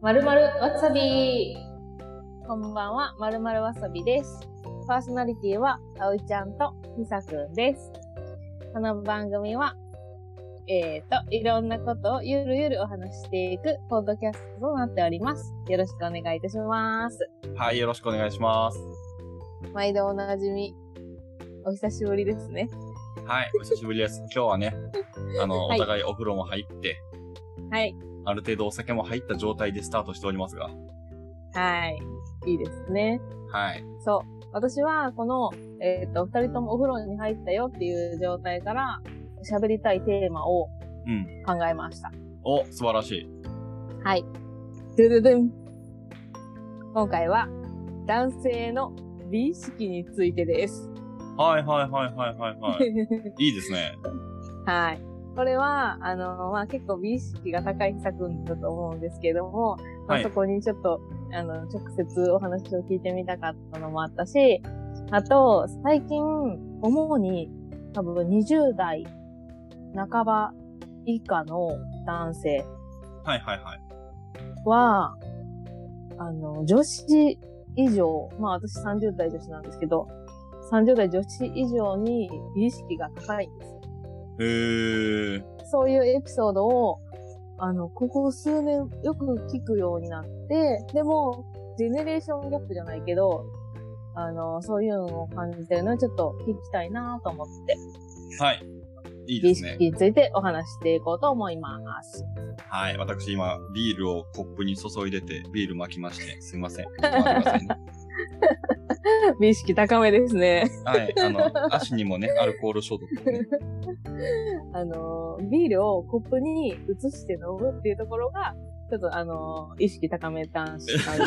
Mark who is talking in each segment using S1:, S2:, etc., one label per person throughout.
S1: まるまるわさびこんばんは、まるまるわさびです。パーソナリティは、あおいちゃんとみさくんです。この番組は、えーと、いろんなことをゆるゆるお話ししていく、ポッドキャストとなっております。よろしくお願いいたします。
S2: はい、よろしくお願いします。
S1: 毎度おなじみ、お久しぶりですね。
S2: はい、お久しぶりです。今日はね、あの、
S1: はい
S2: お互いお風呂も入って、
S1: はい。
S2: ある程度お酒も入った状態でスタートしておりますが、
S1: はい。いいですね。
S2: はい。
S1: そう。私は、この、えっ、と、二人ともお風呂に入ったよっていう状態から、喋りたいテーマを
S2: うん。
S1: 考えました。
S2: お、素晴らしい。
S1: はい。ドゥドゥドゥン。今回は、男性の美意識についてです。
S2: はいはいはいはいは いはい。いいですね。
S1: はい。これは、あの、まあ、結構美意識が高い久くんだと思うんですけども、まあ
S2: はい
S1: そこにちょっと、あの、直接お話を聞いてみたかったのもあったし、あと、最近、主に、多分20代半ば以下の男性
S2: はいはいはい。
S1: は、あの、女子以上、まあ私30代女子なんですけど、30代女子以上に美意識が高いんですよ
S2: へー。
S1: そういうエピソードを、あの、ここ数年よく聞くようになって、でも、ジェネレーションギャップじゃないけど、あの、そういうのを感じてるのをちょっと聞きたいなと思って、
S2: はい。い
S1: 美
S2: いで
S1: 意
S2: すね
S1: 識。についてお話ししていこうと思います。
S2: はい。私今、ビールをコップに注いでて、ビール巻き まして、すいません。ちょっと待ってくださいね。
S1: 美意識高めですね。
S2: はい。あの、足にもね、アルコール消毒を ね、
S1: あの、ビールをコップに移して飲むっていうところが、ちょっとあの、意識高め男子なん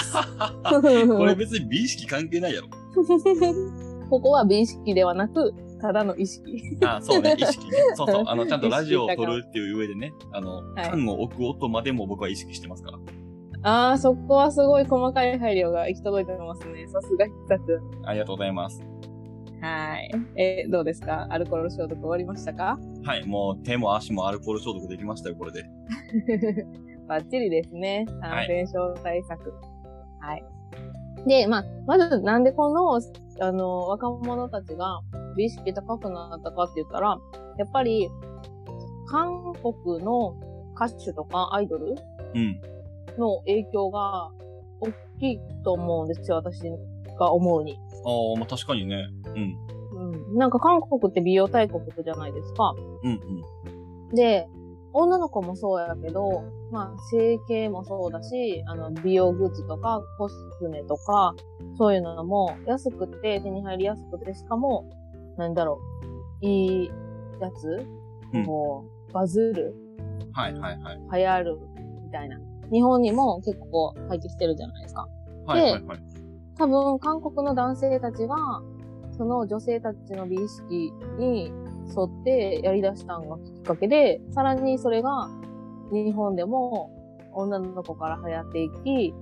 S1: です。
S2: これ別に美意識関係ないやろ。
S1: ここは美意識ではなく、ただの意識。
S2: あ、そうね、意識ね。そうそう、あの、ちゃんとラジオを撮るっていう上でね、あの、
S1: い
S2: 缶を置く音までも僕は意識してますから。
S1: ああ、そこはすごい細かい配慮が行き届いてますね。さすが必殺。
S2: ありがとうございます。
S1: はい。えーどうですかアルコール消毒終わりましたか
S2: はい、もう手も足もアルコール消毒できましたよ、これで。
S1: バッチリですね。
S2: は
S1: 感
S2: い
S1: 染症対策。はい。で、まあ、まずなんでこの、あの、若者たちが美意識高くなったかって言ったら、やっぱり、韓国の歌手とかアイドル
S2: うん。
S1: の影響が大きいと思うんですよ、私が思うに。
S2: ああ、まあ確かにね。うん。
S1: うん。なんか韓国って美容大国じゃないですか。
S2: うんうん。
S1: で、女の子もそうやけど、まあ、整形もそうだし、あの、美容グッズとか、コスメとか、そういうのも安くて、手に入りやすくて、しかも、なんだろう、いいやつ、
S2: うん
S1: こう、バズる、
S2: はいはいはい。
S1: 流行る、みたいな。日本にも結構入ってきてるじゃないですか。
S2: はいはいはい。
S1: 多分、韓国の男性たちが、その女性たちの美意識に沿ってやり出したのがきっかけで、さらにそれが日本でも女の子から流行っていき、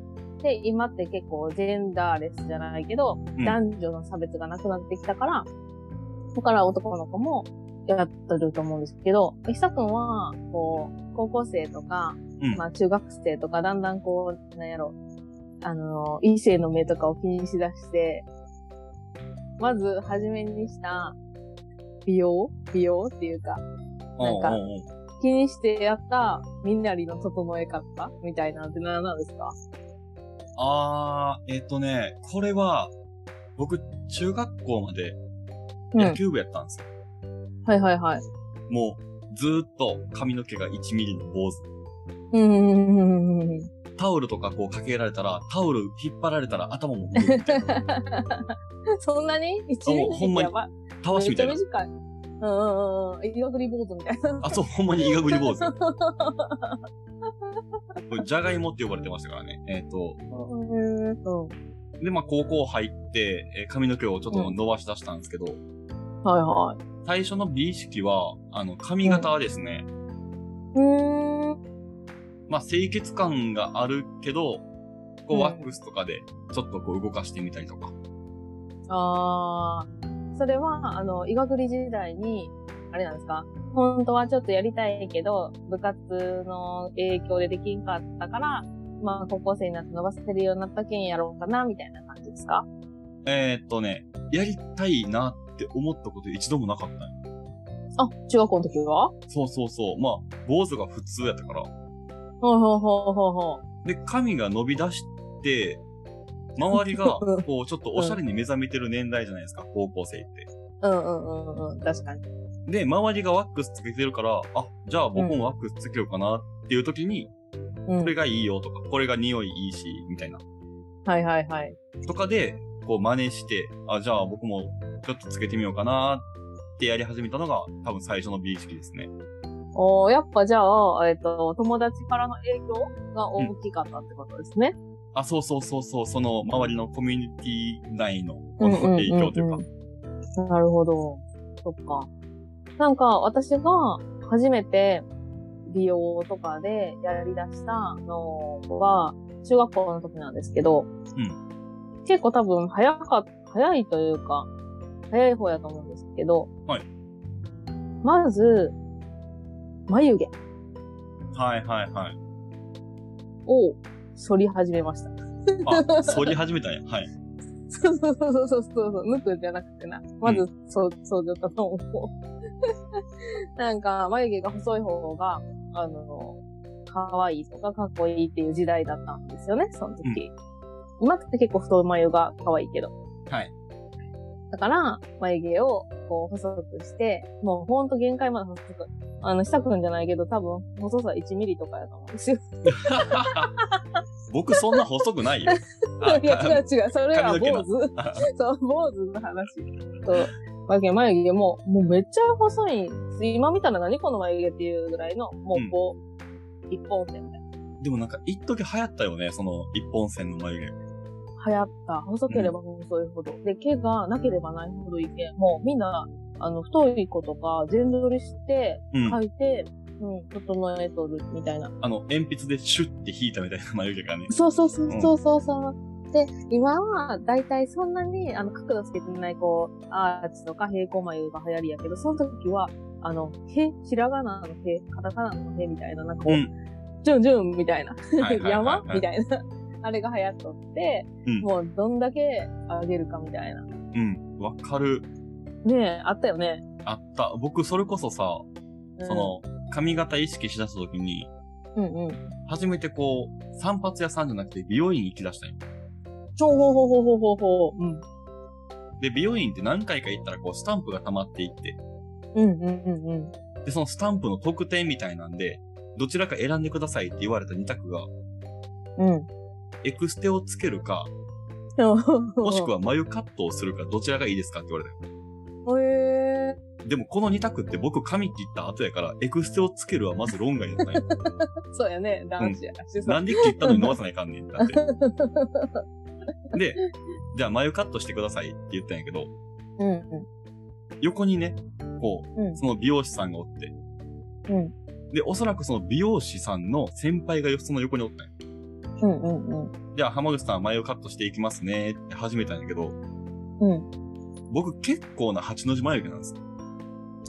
S1: で、今って結構ジェンダーレスじゃないけど、
S2: うん
S1: 男女の差別がなくなってきたから、だから男の子もやってると思うんですけど、ひさくんは、こう、高校生とか、
S2: うん
S1: まあ中学生とか、だんだんこう、なんやろ、あの、異性の目とかを気にしだして、まず、初めにした、美容美容っていうか、なんか
S2: おうおうおう
S1: 気にしてやった、みんなりの整え方みたいなのって何なんですか
S2: ああ、えっ、とね、これは、僕、中学校まで
S1: うん。
S2: 野球部やったんですよ。
S1: はいはいはい。
S2: もう、ずーっと髪の毛が1ミリの坊主。
S1: うんうんうんうんうんうん。
S2: タオルとかこうかけられたら、タオル引っ張られたら頭も振るみ たいな。
S1: そんなに一
S2: もうほ
S1: 年
S2: んまに
S1: やばい。
S2: たわ
S1: め
S2: しみ
S1: っち
S2: た
S1: ゃ短い。
S2: いな。
S1: うんうんうんうん。医学リポートみたいな。
S2: あ、そう、ほんまに医学部坊主。
S1: う
S2: これ、じゃがいもって呼ばれてましたからね。えっ、と、
S1: ん うん。
S2: で、まあ、高校入って、えー髪の毛をちょっと伸ばし出したんですけど、
S1: はいはい。
S2: 最初の美意識は、あの、髪型ですね。
S1: うーん。
S2: まあ、清潔感があるけど、こ
S1: う
S2: う、
S1: ん
S2: ワックスとかで、ちょっとこう、動かしてみたりとか。
S1: あー。それは、あの、医学理時代に、あれなんですか本当はちょっとやりたいけど、部活の影響でできんかったから、まあ、高校生になって伸ばせるようになったけんやろうかな、みたいな感じですか
S2: えーっとね、やりたいなって思ったこと一度もなかったんよ
S1: あ、中学校の時は
S2: そうそうそう。まあ、坊主が普通やったから。
S1: ほうほうほうほうほ
S2: で、髪が伸び出して、周りが、
S1: うん
S2: こう、ちょっとおしゃれに目覚めてる年代じゃないですか、高校生って。
S1: う。うんうんうんうん。確かに。
S2: で、周りがワックスつけてるから、あ、じゃあ僕もワックスつけようかなっていう時に、
S1: うん
S2: これ。がいいよとか、これが匂いいいし、みたいな。
S1: はいはいはい。
S2: とかで、こう真似して、あ、じゃあ僕もちょっとつけてみようかなってやり始めたのが、多分最初の美意識ですね。
S1: おーやっぱじゃあ、えっ、と、友達からの影響が大きかったってことですね。
S2: あ、そうそうそうそう、その周りのコミュニティ内のこの影響というか
S1: ん。んうんなるほど。そっか。なんか、私が初めて美容とかでやり出したのは、中学校の時なんですけど、結構多分早かっ、早いというか、早い方やと思うんですけど、
S2: はい
S1: まず、眉毛
S2: はいはいはい。
S1: を剃り始めました。
S2: あ、剃り始めたね。はい。
S1: そうそうそうそうそうそう、抜くじゃなくてな。まず、そう、そうだったと思 う。なんか、眉毛が細い方が、あの、可愛いとかかっこいいっていう時代だったんですよね、その時。今って結構太眉が可愛いけど。
S2: はい。
S1: だから、眉毛をこう細くして、もうほんと限界まで細く、あの、したくんじゃないけど、多分、細さ1ミリとかやと思うんですよ。
S2: 僕そんな細 くないよ。あ
S1: いや、違う違う、それは
S2: 髪の毛
S1: 坊
S2: の
S1: 主。 そう、坊主の話。そう。わけ眉毛も、もうめっちゃ細い。今見たら何この眉毛っていうぐらいの、もうこう、一本線みたいな。
S2: でもなんか、一時流行ったよね、その、一本線の眉毛。
S1: 流行った。細ければ細いほど。で、毛がなければないほどいいけん。もうみんな、あの、太い子とか、全部取りして、
S2: うん。
S1: 描いて、うん、整えとるみたいな。
S2: あの、鉛筆でシュッて引いたみたいな眉毛がね。
S1: そうそうそう
S2: うん
S1: そうそうそう。で、今は、だいたいそんなに、あの、角度つけてない、こう、アーチとか平行眉が流行りやけど、その時は、あの、へ、ひらがなのへ、カタカナのへみたいな、なんかこ
S2: う
S1: う、
S2: ん。
S1: ジュンジュンみたいな、
S2: はいはいはいはい
S1: 山みたいな、あれが流行っとって、
S2: うん
S1: もうどんだけ上げるかみたいな。
S2: うん。わかる。
S1: ねえ、あったよね。
S2: あった。僕、それこそさ、
S1: うん
S2: そ、の、髪型意識しだした時に、
S1: うんうん。
S2: 初めてこう、散髪屋さんじゃなくて美容院に行きだしたんよ。
S1: ちょほほほほほほほ。うん。
S2: で、美容院って何回か行ったらこう、スタンプが溜まっていって、
S1: うんうんうんうん。
S2: で、そのスタンプの特典みたいなんで、どちらか選んでくださいって言われた二択が、
S1: うん。
S2: エクステをつけるか、も
S1: も
S2: しく。は眉カットをするか、どちらがいいですかって言われたよ。
S1: へえ
S2: でもこの二択って僕髪切った後やから、エクステをつけるはまず論外だったんよ
S1: そうやね、男子やしさ
S2: なんで切ったのに伸ばさないかんねん。だって。で、じゃあ眉カットしてくださいって言ったんやけど、
S1: うんうん。
S2: 横にね、こ
S1: う
S2: う、
S1: ん
S2: その美容師さんがおって。
S1: うん
S2: で、おそらくその美容師さんの先輩がその横におったんよ
S1: うんうん
S2: じゃあ浜口さん眉カットしていきますねって始めたんやけ
S1: う
S2: ど、
S1: ん。うん。
S2: 僕結構な八の字眉毛なんですよ。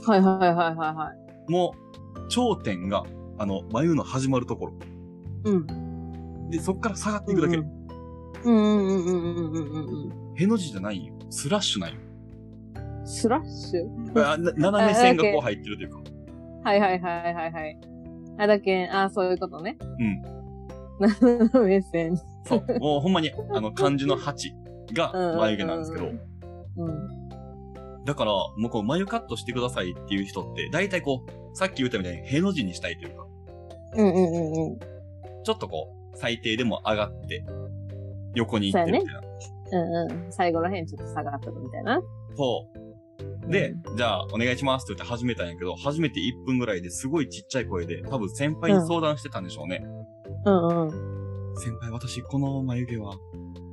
S1: はいはいはいはいはい。
S2: もう、頂点が、あの、眉の始まるところ。
S1: うん。
S2: で、そっから下がっていくだけ。
S1: うんうんうんうんうんうんうん
S2: への字じゃないよ。スラッシュないよ。
S1: うん。スラッシュ
S2: あな斜め線がこう入ってるというか。
S1: はいはいはいはいはい。あ、だけん、あ、そういうことね。
S2: うん。
S1: 斜め線。
S2: そう。もうほんまに、あの、漢字の八が眉毛なんですけ
S1: う
S2: ど
S1: ん。うん。
S2: だから、もうこう、眉カットしてくださいっていう人って、だいたいこう、さっき言ったみたいに、への字にしたいというか、
S1: うんうんうんうん。
S2: ちょっとこう、最低でも上がって、横に行ってみたいな。
S1: うんうん。最後らへんちょっと下がっとくみたいな。
S2: そう。で、じゃあ、お願いしますって言って始めたんやけど、初めて1分ぐらいですごいちっちゃい声で、多分先輩に相談してたんでしょうね。
S1: うんうん。
S2: 先輩、私、この眉毛は、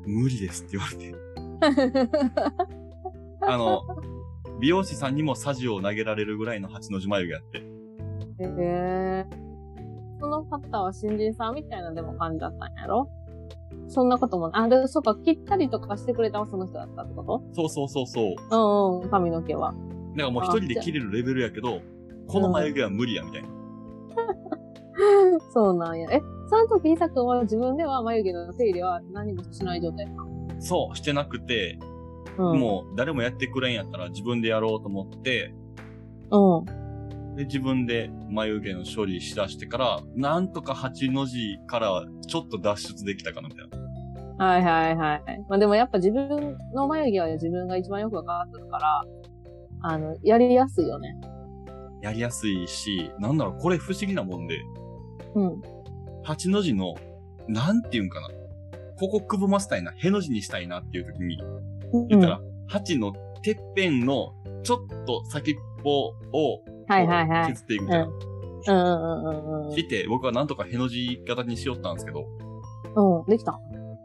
S2: 無理ですって言われて。あの、美容師さんにもサジを投げられるぐらいの八の字眉毛やって。
S1: へえ。その方は新人さんみたいなでも感じだったんやろそんなことも、あ、で、そうか、切ったりとかしてくれたのはその人だったってこと
S2: そうそうそうそ
S1: うん
S2: う。
S1: うん、髪の毛は。
S2: だからもう一人で切れるレベルやけど、この眉毛は無理やみたいな。
S1: そうなんや。え、その時、イサくんは自分では眉毛の手入れは何もしない状態。
S2: そう、してなくて、
S1: うん。
S2: もう誰もやってくれんやったら自分でやろうと思って、
S1: うん。
S2: で、自分で眉毛の処理しだしてから、なんとか8の字からちょっと脱出できたかなみたいな。
S1: はいはいはい。まあでもやっぱ自分の眉毛は自分が一番よくわかったから、あの、やりやすいよね。
S2: やりやすいし、なんだろう、これ不思議なもんで、
S1: うん。
S2: 8の字の、なんていうんかな。ここくぼませたいな、への字にしたいなっていう時に、言ったら、8のてっぺんのちょっと先っぽを
S1: はいはいはい。
S2: 削っていくみたいな。
S1: うんうんうんうんうん。
S2: して、僕はなんとかへの字型にしよったんですけど、
S1: うん、できた。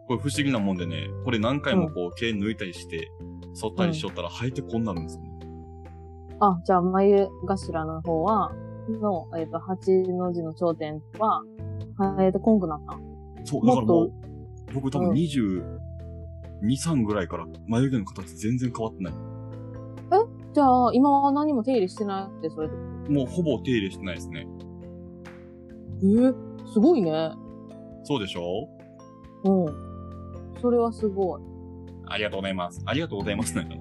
S2: これ不思議なもんでね、これ何回もこう毛抜いたりして、剃ったりしとったら生えてこんなるんですよね。
S1: あ、じゃあ眉頭の方は、の、えっ、と、8の字の頂点は、生えてこんくなった。
S2: そう、
S1: も
S2: だか
S1: っ
S2: ら
S1: と
S2: もう、僕多分
S1: うん
S2: 22、3ぐらいから眉毛の形全然変わってない。
S1: じゃあ、今は何も手入れしてないって、それで。
S2: もうほぼ手入れしてないですね。
S1: えすごいね。
S2: そうでしょ
S1: うん。それはすごい。
S2: ありがとうございます。ありがとうございますなんか。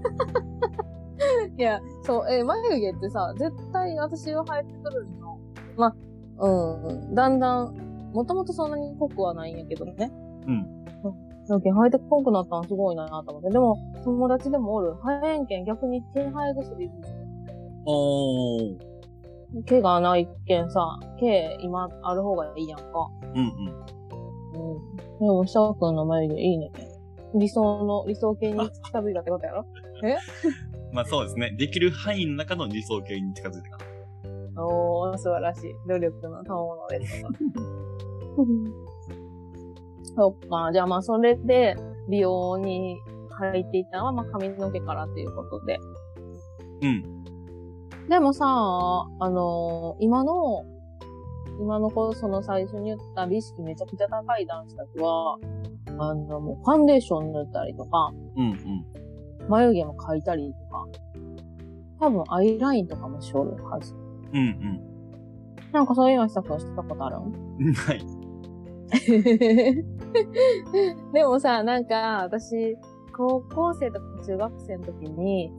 S1: いや、そう、えー眉毛ってさ、絶対私は生えてくるの。まあ、うん、だんだん、もともとそんなに濃くはないんやけどね。
S2: うん。
S1: だけど生えてこんくなったのすごいなと思って。でも、友達でもおる。生えんけん、逆に手生え薬で
S2: おー。
S1: 毛がないけんさ、毛今ある方がいいやんか。う
S2: うんうん。
S1: ん。でも、翔くんの眉毛いいね。理想の、理想形に近づいたってことやろ
S2: まあそうですね。できる範囲の中の理想形に近づいてかな。
S1: おー、素晴らしい。努力の賜物 です。そっか。じゃあまあ、それで、美容に入っていったのは、まあ、髪の毛からということで。
S2: うん。
S1: でもさ、あのー今の、今の子、その最初に言った美意識めちゃくちゃ高い男子たちは、あの、もうファンデーション塗ったりとか、
S2: うんうん。
S1: 眉毛も描いたりとか、多分アイラインとかもしおるはず。
S2: うん
S1: なんかそういうのしたくしてたことある ん
S2: うん。 はい。
S1: でもさ、なんか、私、高校生とか中学生の時に、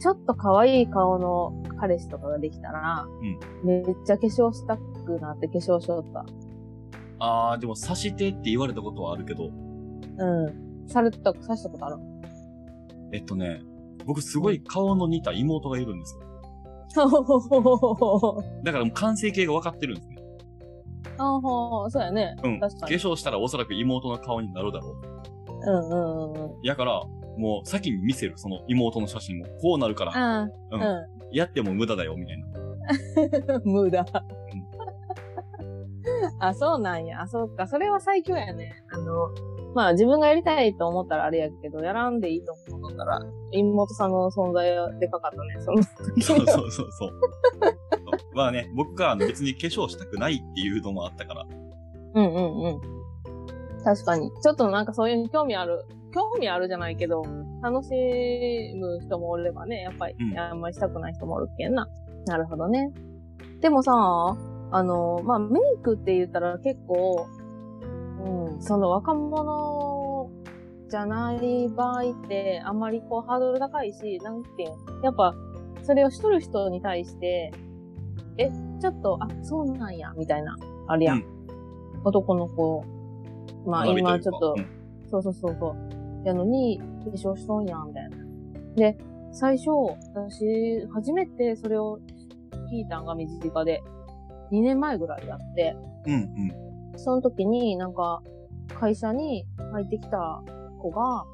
S1: ちょっと可愛い顔の彼氏とかができたら、
S2: うん
S1: めっちゃ化粧したくなって化粧しよった。
S2: あー、でも刺してって言われたことはあるけど、
S1: うん。された、さした ことある。
S2: えっとね、僕すごい顔の似た妹がいるんですよ。だからもう完成形が分かってるんですね。
S1: あほそうやね。
S2: うん。化
S1: 確かに
S2: 粧したらおそらく妹の顔になるだろう。
S1: うんうんうんうん。
S2: やから、もう先に見せる、その妹の写真も。こうなるから、
S1: ああ、
S2: うん。
S1: う
S2: やっても無駄だよ、みたいな。
S1: ん。無駄。あ、そうなんや。あ、そっか。それは最強やね。あの、まあ自分がやりたいと思ったらあれやけど、やらんでいいと思ったら、妹さんの存在はでかかったね。その時
S2: そうそうそうそう。 そうまあね、僕があの別に化粧したくないっていうのもあったから。
S1: うんうんうん。確かに。ちょっとなんかそういう興味ある、興味あるじゃないけど、楽しむ人もおればね、やっぱり、
S2: うん
S1: あんまりしたくない人もおるけんな。なるほどね。でもさ、あの、まあ、メイクって言ったら結構、うん、その若者じゃない場合って、あんまりこうハードル高いし、なんていうんやっぱ、それをしとる人に対して、え、ちょっと、あ、そうなんや、みたいな、あれやん。
S2: うん
S1: 男の子。まあ
S2: 学び
S1: 今
S2: い
S1: ち
S2: う
S1: ょ
S2: か
S1: っと
S2: う、ん
S1: そうそうそうそう。やのに、化粧しとんやん、みたいな。で、最初、私、初めてそれを聞いたんが身近で、2年前ぐらいやって、
S2: うん
S1: その時になんか、会社に入ってきた子が、化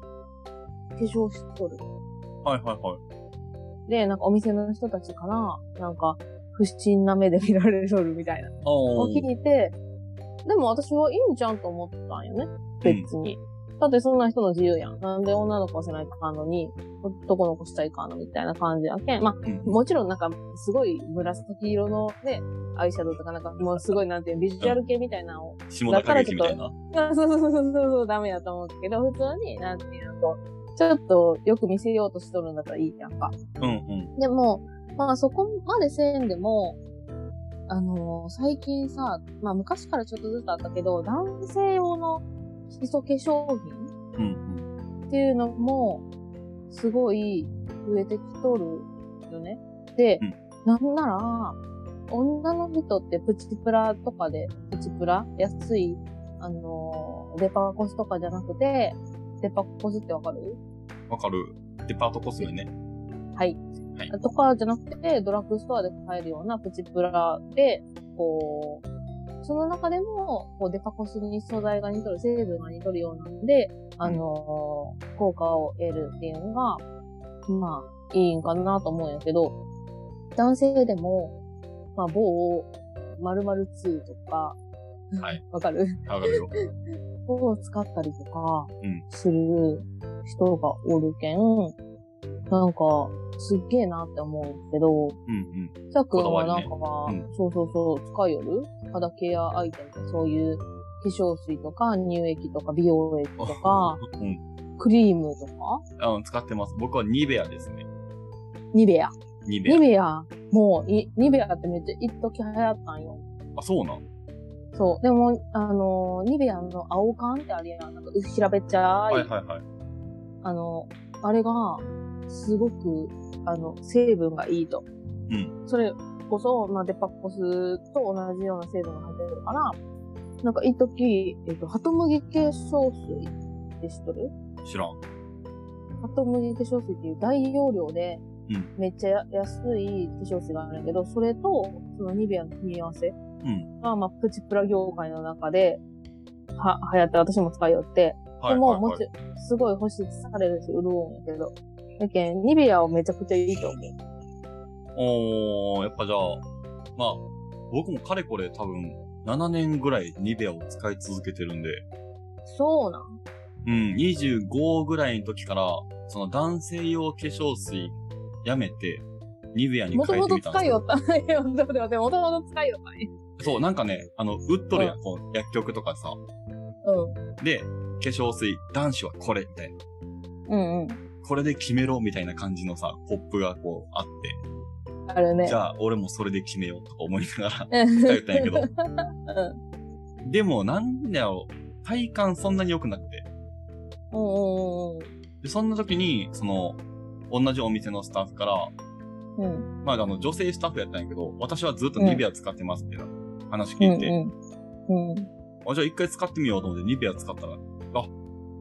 S1: 粧しとる。
S2: うん。はいはいはい。
S1: で、なんかお店の人たちから、なんか、不審な目で見られとるみたいな。
S2: お
S1: を
S2: ー
S1: 聞いて、でも私はいいんじゃんと思ったんよね。別に。だってそんな人の自由やん。なんで女の子はせないかんのに、男の子したいかんのみたいな感じやけん。まあ、
S2: うん
S1: もちろんなんか、すごい紫色のね、アイシャドウとかなんか、もうすごいなんていうのビジュアル系みたいなのを、
S2: 下田景樹みたいな。
S1: あそうそうそうそうそう、ダメやと思うけど、普通になんていうのこうちょっとよく見せようとしとるんだったらいいやんか。
S2: うんうん。
S1: でも、まあそこまでせんでも、あのー最近さ、まあ昔からちょっとずつあったけど、男性用の基礎化粧品
S2: うん
S1: っていうのも、すごい増えてきとるよね。で、
S2: うん
S1: なんなら、女の人ってプチプラとかで、プチプラ安い、あのーデパコスとかじゃなくて、デパコスってわかる
S2: うん。わかる。デパートコスメね。
S1: はい。
S2: はい
S1: とかじゃなくて、ドラッグストアで買えるようなプチプラで、こう、その中でも、こう、デパコスに素材が似とる、成分が似とるようなんで、あのー効果を得るっていうのが、まあ、いいんかなと思うんやけど、男性でも、まあ、某、〇〇2とか、
S2: はい。
S1: わかる
S2: わかるよ。
S1: を使ったりとか
S2: うん、
S1: する人がおるけん、なんか、すっげえなって思うんけど、
S2: うんうん。
S1: さくんはなんか、
S2: りね
S1: そうそうそう、使いよる肌ケアアイテム、そういう化粧水とか乳液とか美容液とか、
S2: うん。
S1: クリームとか、
S2: あの、使ってます。僕はニベアですね。
S1: ニベア。
S2: ニベア
S1: ニ。ベア、もうい、ニベアってめっちゃ一時流行ったんよ。
S2: あ、そうなん。
S1: そう。でも、あのーニベアの青缶ってあれやん。なんか、うっしらべっちゃ
S2: はいいはいはい。
S1: あの、あれが、すごく、あの、成分がいいと。
S2: うん
S1: それこそ、まあ、デパコスと同じような成分が入ってるから、なんか、一時、えっと、ハトムギ化粧水って知っとる
S2: 知らん。
S1: ハトムギ化粧水っていう大容量で
S2: うん、
S1: めっちゃ安い化粧水があるんやけど、それと、そのニベアの組み合わせ
S2: ん
S1: が、まあ、プチプラ業界の中で、は、流行って、私も使いよって、
S2: はいはい、は
S1: でも、
S2: い。
S1: もちろん、すごい保湿されるし、潤うんやけど。だけん、ニベアをめちゃくちゃいいと思う。
S2: おー、やっぱじゃあ、まあ、僕もかれこれ多分、7年ぐらいニベアを使い続けてるんで、
S1: そうなん
S2: うん、25ぐらいの時から、その男性用化粧水やめて、ニベアに
S1: もと
S2: 変え
S1: も
S2: て
S1: と
S2: みたん
S1: 使
S2: です
S1: い
S2: よ
S1: よった。 いや、待って待って、もともと使いよったんや。
S2: そう、なんかね、あの、売っとるやん、こう、薬局とかさ。で、化粧水、男子はこれ、みたいな。
S1: うん。うんうん。
S2: これで決めろ、みたいな感じのさ、ポップがこう、あって。
S1: あるね。、
S2: じゃあ、俺もそれで決めよう、とか思いながら
S1: うん。
S2: 使ったんやけど。
S1: うん。
S2: でも、なんだろう、体感そんなに良くなくて。
S1: うん
S2: で、そんな時に、その、同じお店のスタッフから、
S1: うんうん。うん。
S2: まあ、あの、女性スタッフやったんやけど、私はずっとニベア使ってますっていう話聞いて、
S1: うん。うん。
S2: あ、じゃあ一回使ってみようと思ってニベア使ったら、あ、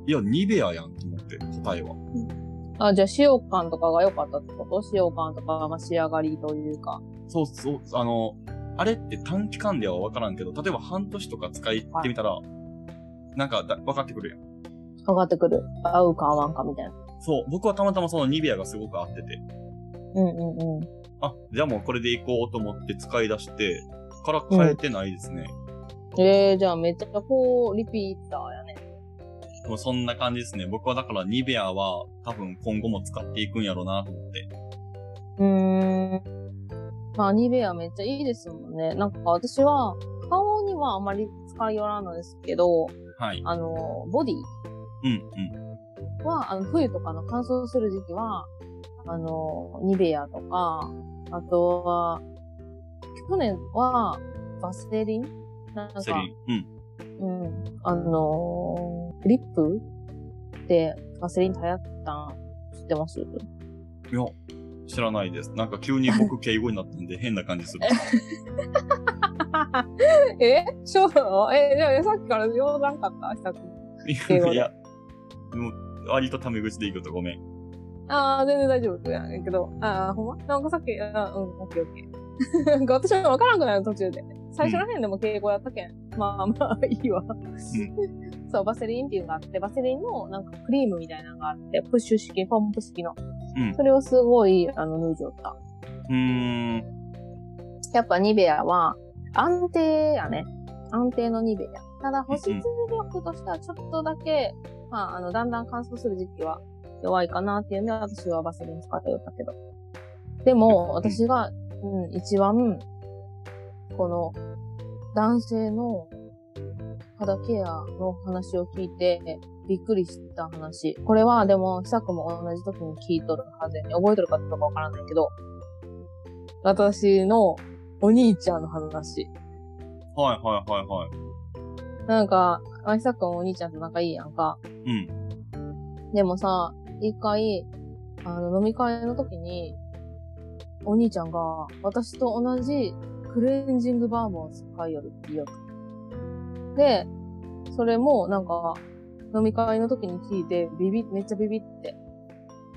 S2: いや、ニベアやんと思って、答えは。
S1: あ、じゃあ、使用感とかが良かったってこと使用感とか、まあ、仕上がりというか。
S2: そうそう、あの、あれって短期間では分からんけど、例えば半年とか使いってみたら、なんかだ分かってくるやん。
S1: 上がってくる。合うか合わんかみたいな。
S2: そう、僕はたまたまそのニベアがすごく合ってて、
S1: うんうんうん。
S2: あ、じゃあもうこれでいこうと思って使い出して、から変えてないですね。
S1: ええー、じゃあ、めっちゃこう、リピーターやね。
S2: もうそんな感じですね。僕はだからニベアは多分今後も使っていくんやろうなと思って。
S1: うーん。まあ、ニベアめっちゃいいですもんね。なんか私は、顔にはあまり使いよらんのですけど、
S2: はい。
S1: あの、ボディ
S2: うん、うん。
S1: は、あの、冬とかの乾燥する時期は、あの、ニベアとか、あとは、去年は、バステリンなんか、
S2: セリン。うん。
S1: うん。あのリップでバセリン流行ったん知ってます
S2: いや、知らないです。なんか急に僕敬語になった んで変な感じする。
S1: え そうなのえ、じゃあさっきから言わなかったさっき。敬語で
S2: いや、もう割とタメ口でいいことごめん。
S1: ああ、全然大丈夫やねんけど。ああ、ほんまなんかさっき、あーうん、オッケーオッケー。 なんか私はわからんくなる途中で。最初ら辺でも敬語やったけん。まあまあ、いいわ。そう、バセリンっていうのがあって、バセリンのなんかクリームみたいなのがあって、プッシュ式、ポンプ式の。
S2: うん
S1: それをすごい、あの、脱いじゃった。
S2: うーん。
S1: やっぱニベアは安定やね。安定のニベア。ただ保湿力としてはちょっとだけ、まあ、あの、だんだん乾燥する時期は弱いかなっていうのは私はバスリン使ってたけど。でも、私が、うん、一番、この、男性の肌ケアの話を聞いて、びっくりした話。これは、でも、久くも同じ時に聞いとるはずやね。覚えとるかどうかわからないけど、私のお兄ちゃんの話。
S2: はいはいはいはい。
S1: なんか、あいさくんお兄ちゃんと仲いいやんか。
S2: うん。
S1: でもさ、一回、あの、飲み会の時に、お兄ちゃんが、私と同じクレンジングバームを使いよるって言うで、それも、なんか、飲み会の時に聞いて、ビビ、めっちゃビビって。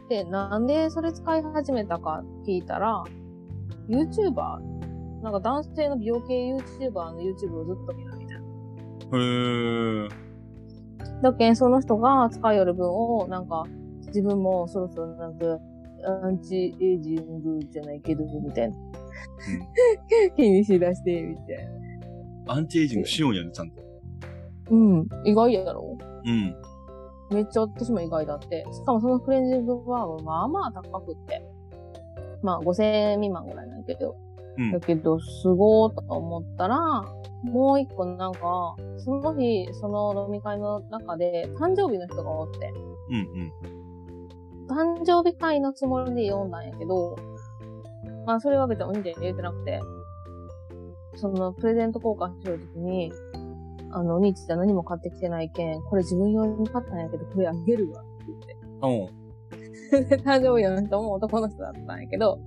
S1: で、なんでそれ使い始めたか聞いたら、YouTuber? なんか男性の美容系 YouTuber の YouTube をずっと見るみたいな。
S2: へー。
S1: だけん、その人が使いよる分を、なんか、自分もそろそろなんか、アンチエイジングじゃないけど、みたいな。気にしだして、みたいな。
S2: アンチエイジングしようやね、ちゃんと。
S1: うん。意外やろ
S2: うん。
S1: めっちゃ私も意外だって。しかもそのクレンジングバーム、まあまあ高くって。まあ5000円未満ぐらいなんだけど。
S2: うん
S1: だけど、すごーとか思ったら、もう一個なんか、その日、その飲み会の中で、誕生日の人がおって。
S2: うん
S1: 誕生日会のつもりで読んだんやけど、まあそれは別にお兄ちゃんに言ってなくて、そのプレゼント交換してるときに、あの、お兄ちゃん何も買ってきてないけん、これ自分用に買ったんやけど、これあげるわ って言って。
S2: うん。うん。
S1: で誕生日の人も男の人だったんやけど、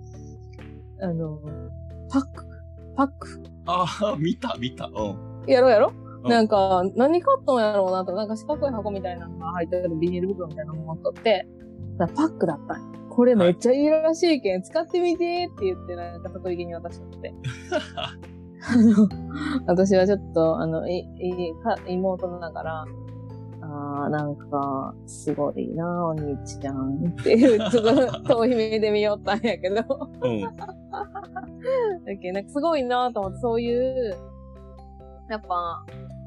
S1: あの、パック、パック、
S2: ああ、見た見た。うん。
S1: やろうやろ
S2: うん
S1: なんか、何買ったんやろうなと、なんか四角い箱みたいなのが入ってるビニール袋みたいなの持っとって、だからパックだったんよこれめっちゃいいらしいけん、使ってみてって言って、なんか得意げに渡しとって。あの、私はちょっと、あの、い、い、か妹ながら、あーなんか、すごいな、お兄ちゃんっていう、ちょっと遠い目で見よったんやけど。
S2: うん。
S1: だっけなんかすごいなと思って、そういう、やっぱ、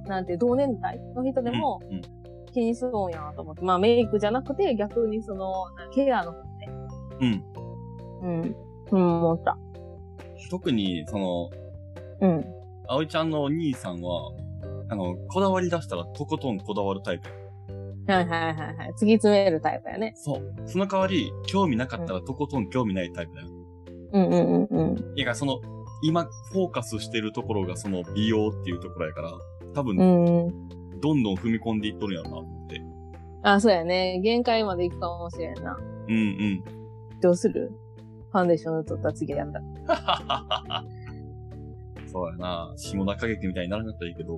S1: なんて、同年代の人でも
S2: うんうん
S1: 気にするんやと思って、まあメイクじゃなくて逆にその、ケアの、
S2: うん。
S1: うん、うん、思った。
S2: 特に、その、
S1: うん。
S2: 葵ちゃんのお兄さんは、あの、こだわり出したらとことんこだわるタイプ。
S1: はいはいはいはい。突き詰めるタイプやね。
S2: そう。その代わり、興味なかったらとことん興味ないタイプだよ。
S1: うんうんうんうん。
S2: いや、その、今、フォーカスしてるところがその美容っていうところやから、多
S1: う
S2: 分、
S1: ん
S2: どんどん踏み込んでいっとるんやろうな、思って。
S1: あ、そうやね。限界まで行くかもしれんな。
S2: うんうん。
S1: どうするファンデーション塗っとったら次やったら。
S2: そうやな。下田景樹みたいにならなかったらいいけど、